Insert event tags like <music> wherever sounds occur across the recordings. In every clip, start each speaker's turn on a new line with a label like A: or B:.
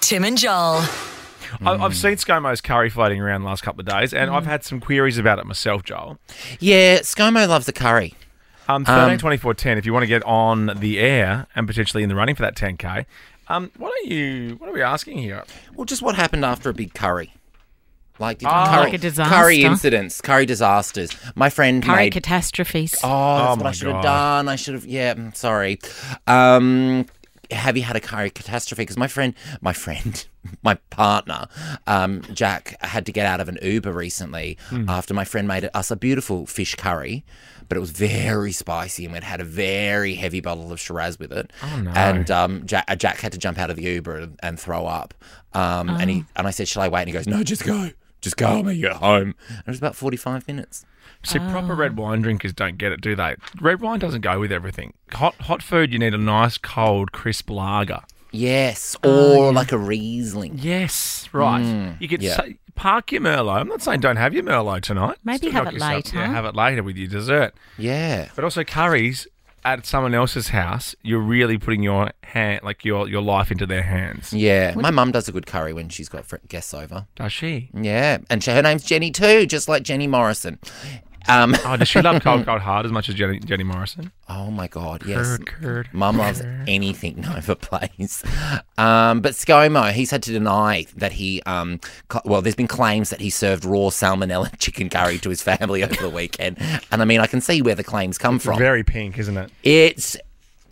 A: Tim and Joel.
B: I, I've seen ScoMo's curry floating around the last couple of days, and I've had some queries about it myself, Joel.
C: Yeah, ScoMo loves a curry.
B: Um, 13, 24, 10, if you want to get on the air and potentially in the running for that 10K, um, what are you, what are we asking here?
C: Well, just what happened after a big curry? Like, did
B: Oh.
C: curry,
B: Like
D: a disaster?
C: curry incidents, curry disasters. My friend
D: Curry
C: made.
D: catastrophes.
C: oh, that's
B: Oh,
C: what
B: my
C: I should
B: God.
C: have done. I should have. Yeah, mm, sorry. Um, have you had a curry catastrophe? Because my friend, my friend, <laughs> my partner, um, Jack, had to get out of an Uber recently
B: Hmm.
C: after my friend made us a beautiful fish curry, but it was very spicy and we'd had a very heavy bottle of Shiraz with it. Oh, no. And um, Jack, uh, Jack had to jump out of the Uber and, and throw up. Um, And
B: Oh.
C: he and I said, "Shall I wait?" And he goes, "No, just go." Just go, I'm at home. And it was about 45 minutes.
B: See, proper red wine drinkers don't get it, do they? Red wine doesn't go with everything. Hot hot food, you need a nice, cold, crisp lager.
C: Yes, or like a Riesling.
B: Yes, right. Hmm. You could
C: Yeah.
B: say, park your Merlot. I'm not saying don't have your Merlot tonight.
D: Maybe
B: Still
D: have
B: knock
D: it later.
B: Yeah, have it later with your dessert.
C: Yeah.
B: But also curries at someone else's house, you're really putting your hand, like your, your life into their hands.
C: Yeah. My mum does a good curry when she's got fr- guests over.
B: Does she?
C: Yeah. And she, her name's Jenny too, just like Jenny Morrison. Um, <laughs>
B: Oh, does she love cold, cold hard as much as Jenny, Jenny Morrison?
C: oh my God. Yes.
B: Curd, curd.
C: Mum loves anything <laughs> Nova plays. Um, but ScoMo, he's had to deny that he, um, cl- well, there's been claims that he served raw salmonella <laughs> chicken curry to his family over the weekend. And I mean, I can see where the claims come from.
B: Very pink, isn't it?
C: It's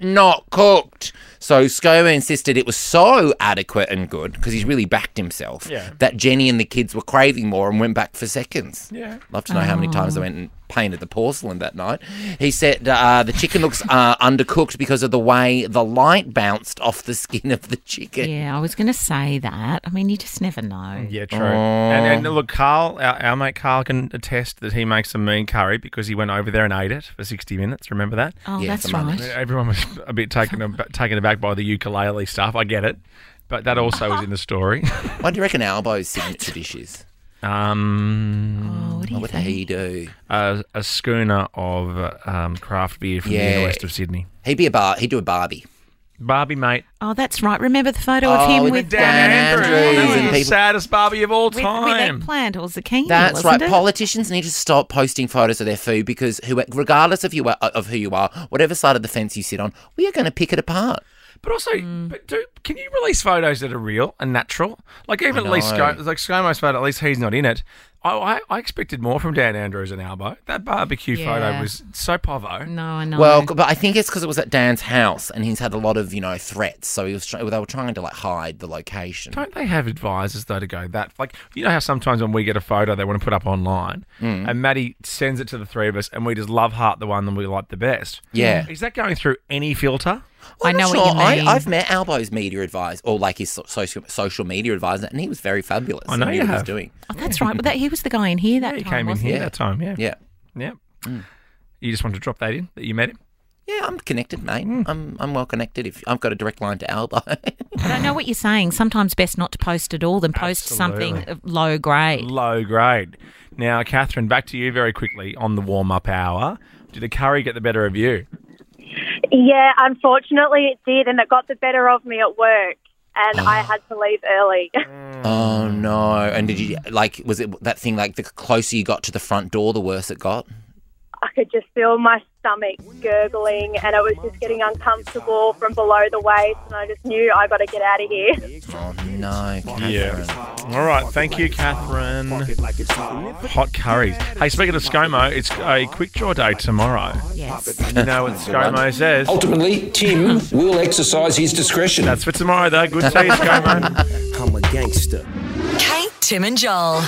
C: not cooked. So ScoMo insisted it was so adequate and good because he's really backed himself
B: Yeah.
C: that Jenny and the kids were craving more and went back for seconds.
B: Yeah.
C: Love to know how
D: Oh.
C: many times I went and painted the porcelain that night. He said uh, the chicken looks uh, undercooked because of the way the light bounced off the skin of the chicken.
D: Yeah, I was going to say that. I mean, you just never know.
B: Yeah, true. And, and look, Carl, our, our mate Carl can attest that he makes a mean curry because he went over there and ate it for 60 minutes. Remember that?
D: Oh,
C: Yeah,
D: that's
C: for mummies.
D: right.
B: Everyone was <laughs> a bit taken, ab- taken aback by the ukulele stuff. I get it. But that also was in the <laughs> story.
C: What do you reckon Albo's signature dish is?
B: Um,
D: Oh, what do
C: What
D: you
C: would
D: think?
C: he do?
B: a, a schooner of uh, um, craft beer from the
C: Yeah.
B: west of Sydney.
C: He'd be a bar. He'd do a Barbie.
B: Barbie, mate.
D: Oh, that's right. Remember the photo
C: Oh,
D: of him
C: with
D: with,
C: the Dan
D: uh,
C: Andrews
B: That was
C: and
B: the
C: people-
B: saddest Barbie of all
D: with, with
B: time.
D: eggplant or zucchini.
C: That's right.
D: wasn't It?
C: Politicians need to stop posting photos of their food because, who, regardless of you are, of who you are, whatever side of the fence you sit on, we are going to pick it apart.
B: But also,
D: Mm.
B: but do, can you release photos that are real and natural? Like even at least
C: know.
B: Sco, like ScoMo's photo, at least he's not in it. I, I, I expected more from Dan Andrews and Albo. That barbecue photo
D: Yeah.
B: was so povo.
D: no, I know.
C: Well, but I think it's because it was at Dan's house and he's had a lot of you know threats, so he was try- they were trying to like hide the location.
B: Don't they have advisors though to go that? Like you know how sometimes when we get a photo they want to put up online, and Maddie sends it to the three of us, and we just love heart the one that we like the best.
C: Yeah.
B: is that going through any filter?
C: I'm not
D: I know what you
C: sure.
D: mean.
C: I, I've met Albo's media advisor or like his so- social social media advisor, and he was very fabulous.
B: I know
C: He
B: you
C: knew what he was
B: have.
C: doing.
D: oh, that's right. Well, that, he was the guy in here that
B: Yeah, he
D: time,
B: came in
D: wasn't
B: here
C: he?
B: that time. Yeah, Mm.
C: Yeah,
B: yeah. You just want to drop that in that you met him.
C: yeah. I'm connected, mate.
B: Hmm.
C: I'm I'm well connected. If I've got a direct line to Albo. <laughs>
D: he? But I know what you're saying. Sometimes best not to post at all than post something
B: Absolutely.
D: of low grade.
B: Low grade. Now, Catherine, back to you very quickly on the warm up hour. Did the curry get the better of you?
E: Yeah, unfortunately it did, and it got the better of me at work, and I had to leave early. <laughs>
C: oh no! And did you like? Was it that thing like the closer you got to the front door, the worse it got?
E: I could just feel my stomach gurgling, and it was just getting uncomfortable from below the waist, and I just knew I got to get out of here.
C: Oh no! Catherine.
B: All right. Thank you, Catherine. Hot curries. Hey, speaking of ScoMo, it's a quick draw day tomorrow.
D: Yes.
B: You know what ScoMo says?
F: Ultimately, Tim will exercise his discretion.
B: That's for tomorrow, though. Good to see you, ScoMo.
G: I'm a gangster.
A: Kate, Tim and Joel.